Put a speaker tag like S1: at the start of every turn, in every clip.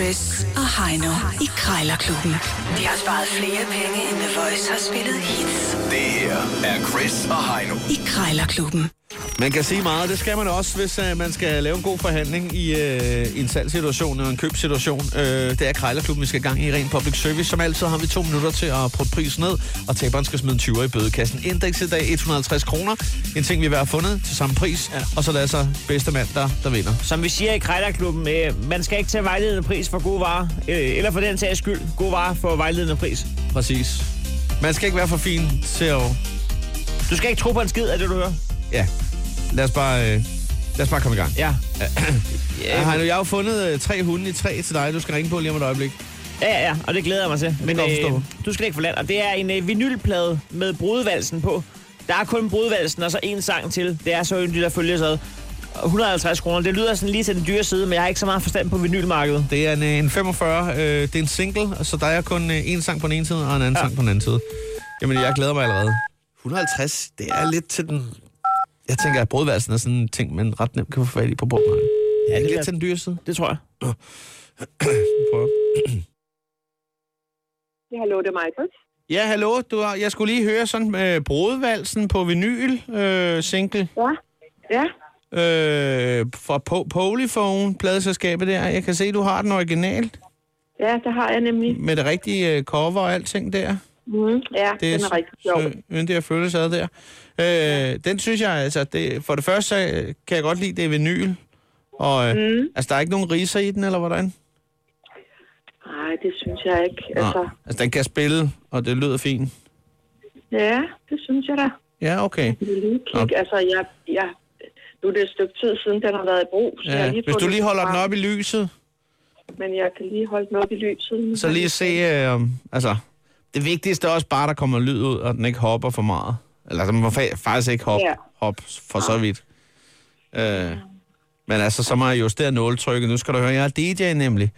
S1: Chris og Heino i Krejlerklubben. De har sparet flere penge, end The Voice har spillet hits
S2: Det her er Chris og Heino.
S1: i Krejlerklubben.
S3: Man kan sige meget, det skal man også, hvis uh, man skal lave en god forhandling i uh, en salgssituation og en købssituation. Uh, det er Krejlerklubben, vi skal i gang i ren public service. Som altid har vi to minutter til at prøve prisen ned, og taberen skal smide en 20'er i bødekassen. Indeks i dag 150 kroner. En ting, vi hver har fundet til samme pris, ja. og så lader sig bedste mand, der, der vinder.
S4: Som vi siger i Krejlerklubben, øh, man skal ikke tage vejledende pris for gode varer. Øh, eller for den sags skyld, gode varer for vejledende pris.
S3: Præcis. Man skal ikke være for fin til at...
S4: Du skal ikke tro på en skid af det, du hører.
S3: Ja, lad os bare, uh, lad os bare komme i gang.
S4: Ja.
S3: Ja, Heino, jeg har jo fundet uh, tre hunde i tre til dig. Du skal ringe på lige om et øjeblik.
S4: Ja, ja, og det glæder jeg mig til. Men øh,
S3: kan jeg godt forstå.
S4: du skal ikke forlade. Og det er en øh, vinylplade med brudvalsen på. Der er kun brudvalsen og så en sang til. Det er så yndigt at følge sig ad. 150 kroner. Det lyder sådan lige til den dyre side, men jeg har ikke så meget forstand på vinylmarkedet.
S3: Det er en, øh, en 45, øh, det er en single, så der er kun øh, en sang på den ene side, og en anden ja. sang på den anden side. Jamen, jeg glæder mig allerede. 150, det er lidt til den... Jeg tænker, at brødværelsen er sådan en ting, man ret nemt kan få fat i på brugmarkedet. Ja, det er
S4: det
S3: det lidt
S4: er-
S3: til den dyre side.
S4: Det tror jeg.
S3: Prøv.
S5: Ja, hallo, det er Michael.
S3: Ja, hallo. Du har, jeg skulle lige høre sådan øh, brødværelsen på vinyl øh, single
S5: Ja. Ja,
S3: øh, fra po- Polyphone, pladeselskabet der. Jeg kan se, du har den originalt
S5: ja det har jeg nemlig.
S3: med det rigtige øh, cover og alting der.
S5: Mm. Ja, det den er rigtig sjov.
S3: Det er følelse af der. Øh, Den synes jeg, altså, det, for det første så, øh, kan jeg godt lide, det er vinyl. Og øh, mm. altså, der er ikke nogen riser i den, eller hvordan?
S5: Nej, det synes jeg ikke. Altså,
S3: Nå, altså, den kan spille, og det lyder fint.
S5: ja, det synes jeg da.
S3: Ja, okay.
S5: Jeg vil lige kigge.
S3: Nå.
S5: Altså, jeg, jeg, nu er det et stykke tid siden, den har været i brug. så jeg har
S3: Ja, hvis
S5: fået
S3: du lige holder den
S5: frem,
S3: op i lyset,
S5: Men jeg kan lige holde den op i lyset.
S3: så lige se, øh, om- altså, det vigtigste er også bare, at der kommer lyd ud, og den ikke hopper for meget. Eller altså, den må fa- faktisk ikke hoppe
S5: Ja.
S3: hop for så vidt. Øh, men altså, så må jeg justere nåletrykket. Nu skal du høre, jeg er DJ nemlig.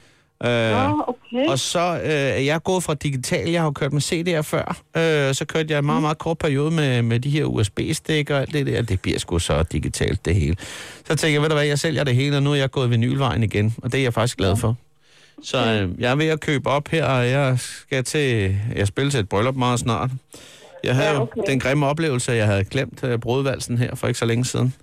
S3: Øh,
S5: Nå, okay.
S3: Og så øh, er jeg gået fra digital, jeg har jo kørt med CD'er før, øh, så kørte jeg en meget, meget kort periode med, med de her USB-stik og alt det der, det bliver sgu så digitalt det hele. Så tænker jeg, ved du hvad, jeg sælger det hele, og nu er jeg gået vinylvejen igen, og det er jeg faktisk glad for. Så øh, jeg er ved at købe op her, og jeg skal til, jeg spiller til et bryllup meget snart. Jeg havde
S5: Ja,
S3: ja, okay.
S5: okay.
S3: jo den grimme oplevelse, at jeg havde glemt øh, brudvalsen her for ikke så længe siden.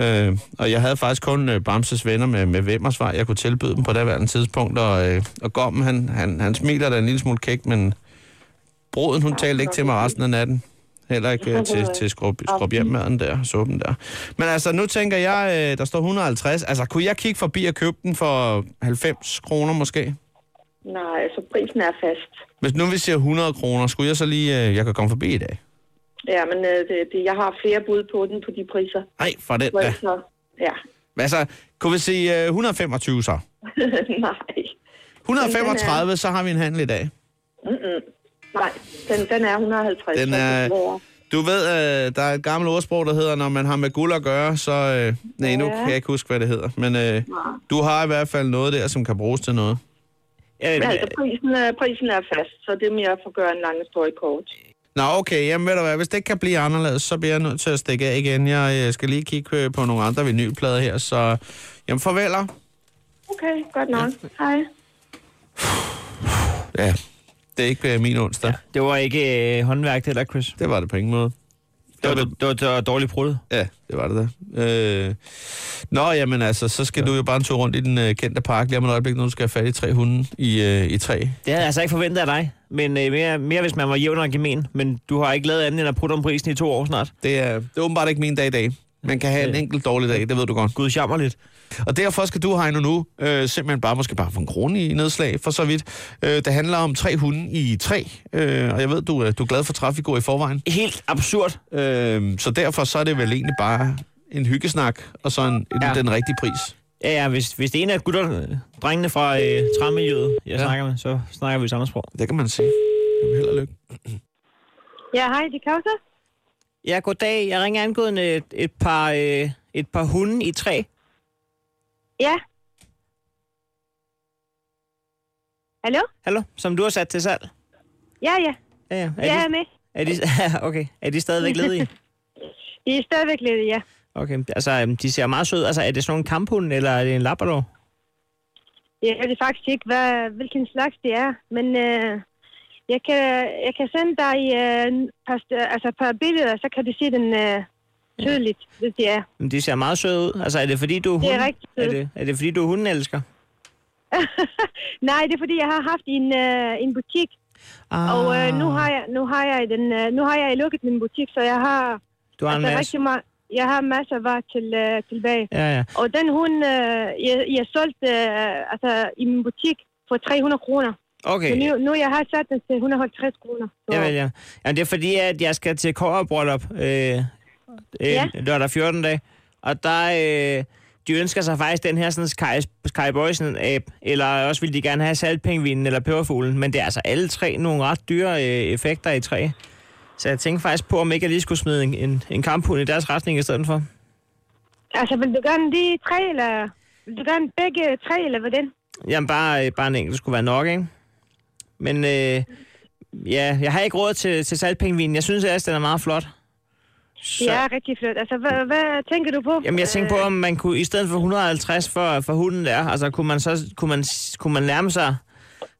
S3: Øh, og jeg havde faktisk kun øh, Bamses venner med, med Vemmersvej, jeg kunne tilbyde dem på daværende tidspunkt, og, øh, og Gommen, han, han, han smiler da en lille smule kæk, men bruden, hun talte ikke til mig resten af natten. Heller ikke øh, til, til skrub, skrub hjemmaden der, suppen der. Men altså, nu tænker jeg, øh, der står 150. Altså, kunne jeg kigge forbi og købe den for 90 kroner måske?
S5: Nej, altså, prisen er fast.
S3: Hvis nu vi siger 100 kroner, skulle jeg så lige, øh, jeg kan komme forbi i dag?
S5: Ja, men øh, det, det, jeg har flere bud på den på de priser.
S3: Nej, for den
S5: Så,
S3: da.
S5: ja. så ja.
S3: Altså, kunne vi sige øh, 125 så?
S5: Nej.
S3: 135, så har vi en handel i dag.
S5: Nej, den, den er 150.
S3: Den er- Du ved, øh, der er et gammelt ordsprog, der hedder, når man har med guld at gøre, så... Øh, nej, nu
S5: Ja.
S3: kan jeg ikke huske, hvad det hedder. Men øh, du har i hvert fald noget der, som kan bruges til noget.
S4: Øh,
S5: Men altså, prisen, er- prisen er fast, så det er mere for at gøre en lang historie kort.
S3: Nå, okay, jamen ved du hvad, hvis det ikke kan blive anderledes, så bliver jeg nødt til at stikke af igen. Jeg øh, skal lige kigge øh, på nogle andre vinylplader her, så... Jamen, farveler.
S5: Okay, godt nok. Ja. Hej.
S3: Ja, det er ikke øh, min onsdag. Ja.
S4: det var ikke øh, håndværk, det der, Chris.
S3: Det var det på ingen måde.
S4: Det var, det var, det var dårligt pruttet.
S3: Ja, det var det da. Øh, nå, jamen altså, så skal ja. du jo bare en tur rundt i den øh, kendte park lige om et øjeblik, når du skal have fat i tre hunde i, øh, i tre.
S4: Det havde jeg altså ikke forventet af dig. Men øh, mere, mere, hvis man var jævn og gemen. Men du har ikke lavet andet end at putte om prisen i to år snart.
S3: Det er, det er åbenbart ikke min dag i dag. Man kan have en enkelt dårlig dag, det ved du godt.
S4: Gud jammer lidt.
S3: Og derfor skal du, Heino, nu øh, simpelthen bare måske bare få en krone i nedslag, for så vidt. Øh, det handler om tre hunde i tre, øh, og jeg ved, du, øh, du er glad for Trafico i forvejen.
S4: Helt absurd.
S3: Øh, så derfor så er det vel egentlig bare en hyggesnak, og så en, en, ja.
S4: Ja.
S3: den rigtige pris.
S4: Ja, ja hvis, hvis det er en af gutterne, drengene fra øh, træmiljøet,
S3: Ja.
S4: jeg ja. snakker med, så snakker vi samme sprog.
S3: Det kan man sige. Jamen, held og lykke.
S5: Ja, hej, det er Kausa.
S4: Ja, goddag. Jeg ringer angående et, et, par, øh, et par hunde i træ.
S5: Ja. Hallo?
S4: Hallo? Som du har sat til salg.
S5: Ja, ja.
S4: Ja, ja. Er
S5: Jeg er
S4: de,
S5: med.
S4: er de, okay. Er de stadigvæk ledige?
S5: I er stadigvæk ledige, ja.
S4: Okay, altså øhm, de ser meget søde. Altså er det sådan nogle kamphunde, eller er det en labrador?
S5: Jeg ved det faktisk ikke, hvad, hvilken slags det er, men øh, jeg, kan, jeg kan sende dig øh, par, st- altså par billeder, så kan du se den øh, tydeligt, hvis det er.
S4: Men de ser meget søde ud. Altså, er det fordi, du er
S5: Det er
S4: hunden?
S5: rigtig søde.
S4: er, det, er det fordi, du er hundenelsker?
S5: Nej, det er fordi, jeg har haft en, øh, en butik, ah. og
S4: آه.
S5: øh, nu, har jeg, nu, har jeg den, øh, nu har jeg lukket min butik, så jeg har,
S4: Du har en
S5: altså,
S4: masse.
S5: rigtig meget, jeg har masser af varer til, øh, tilbage.
S4: Ja, ja.
S5: Og den hund, øh, jeg, jeg solgte øh, altså, i min butik for 300 kroner.
S4: Okay.
S5: Men nu, nu jeg har sat den til 150 kroner. Så.
S4: Ja, vel, ja. Jamen, det er fordi, at jeg skal til kårebrøllup øh, øh, ja.
S5: Ja.
S4: lørdag 14 dag. Og der, øh, de ønsker sig faktisk den her sådan Sky, Sky Boysen app eller også vil de gerne have saltpengvinen eller peberfuglen, men det er altså alle tre nogle ret dyre øh, effekter i træ. Så jeg tænkte faktisk på, om ikke jeg lige skulle smide en, en, en kamphund i deres retning i stedet for.
S5: Altså, vil du gerne de tre, eller... Vil du gerne begge tre, eller hvordan?
S4: Jamen, bare, øh, bare en enkelt skulle være nok, ikke? Men øh, ja, jeg har ikke råd til, til saltpengvinen. Jeg synes ellers, den er meget flot. Så,
S5: Det er rigtig flot. Altså, hvad, hvad tænker du på?
S4: Jamen, jeg tænkte på,
S5: Øh,
S4: om man kunne, i stedet for 150 for, for hunden der, altså kunne man så, kunne man, kunne man nærme sig,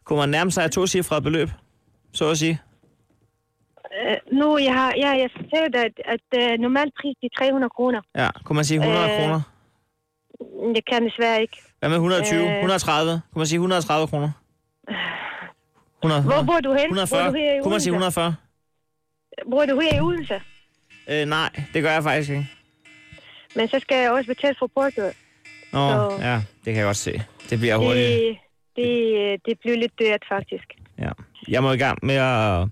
S4: kunne man nærme sig et tocifret beløb, så at sige.
S5: øh, nu, jeg har... Ja, jeg fortæller dig, at, at øh, normalt pris det er 300 kroner.
S4: Ja, kunne man sige 100 øh,
S5: Øh,
S4: kroner.
S5: Jeg kan desværre ikke.
S4: Hvad med 120, øh,
S5: øh.
S4: 130? Kunne man sige 130 kroner? 100,
S5: Hvor bor du hen? Bor
S4: 140?
S5: du her i
S4: Kunne man sige
S5: Odense?
S4: 140?
S5: Bor du her i Odense?
S4: Øh, nej, det gør jeg faktisk ikke.
S5: Men så skal jeg også betale for porto.
S4: Nå,
S5: Så-
S4: ja, det kan jeg godt se. Det bliver hurtigt.
S5: Det, det, det bliver lidt dyrt, faktisk.
S4: Ja. Jeg må i gang med at...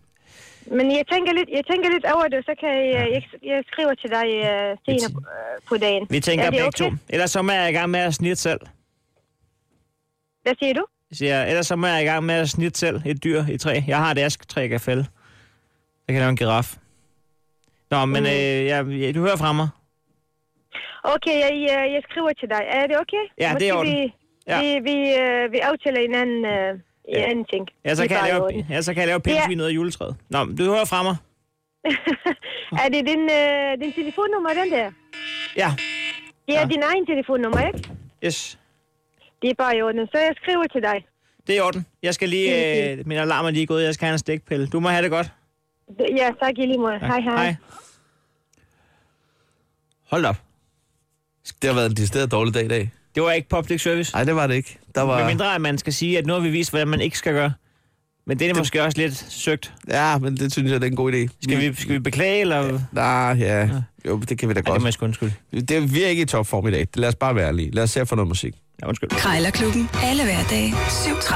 S5: Men jeg tænker lidt, jeg tænker lidt over det, så kan jeg, jeg, jeg skriver til dig øh, senere på, øh, på dagen.
S4: Vi tænker
S5: er det
S4: begge
S5: okay?
S4: to. Ellers så må jeg i gang med at snitte selv.
S5: Hvad siger du?
S4: siger jeg, ellers så må jeg i gang med at snitte selv et dyr i træ. Jeg har et asktræ, jeg kan fælde. Jeg kan lave en giraf. Nå,
S5: Mm.
S4: men øh, jeg, jeg, du hører fra mig.
S5: Okay, jeg, jeg, jeg skriver til dig. Er det okay?
S4: Ja, det er i orden.
S5: Vi,
S4: Ja.
S5: ja. vi, vi, øh, vi aftaler en anden, øh, en anden ting.
S4: Ja, så
S5: Det
S4: kan
S5: er
S4: jeg
S5: bare i
S4: lave,
S5: orden.
S4: ja, så kan jeg lave
S5: er-
S4: pindsvin ud af juletræet. Nå, men du hører fra mig.
S5: Er det din, øh, din telefonnummer, den der?
S4: Ja,
S5: Det er ja. din egen telefonnummer, ikke?
S4: yes.
S5: Det er bare i orden. Så jeg skriver til dig.
S4: Det er i orden. Jeg skal lige... Øh, min alarm er lige gået. Jeg skal have en stikpille. Du må have det godt.
S5: Ja, tak i lige måde. Hej, hej. hej.
S3: Hold op. Det har været en decideret dårlig dag i dag.
S4: Det var ikke public service.
S3: Nej, det var det ikke. Der
S4: Med
S3: var...
S4: mindre, at man skal sige, at nu har vi vist, hvordan man ikke skal gøre. Men det er måske også lidt søgt.
S3: Ja, men det synes jeg, det er en god idé.
S4: Skal vi, skal vi beklage, eller... Ja, Ej,
S3: Nej, ja. Jo, det kan vi da
S4: det
S3: godt.
S4: må jeg sgu undskylde.
S3: Det, vi er ikke i topform i dag. Lad os bare være ærlige. Lad os se at få noget musik.
S4: Ja, undskyld.
S1: Krejlerklubben. Alle hverdage. 7.30.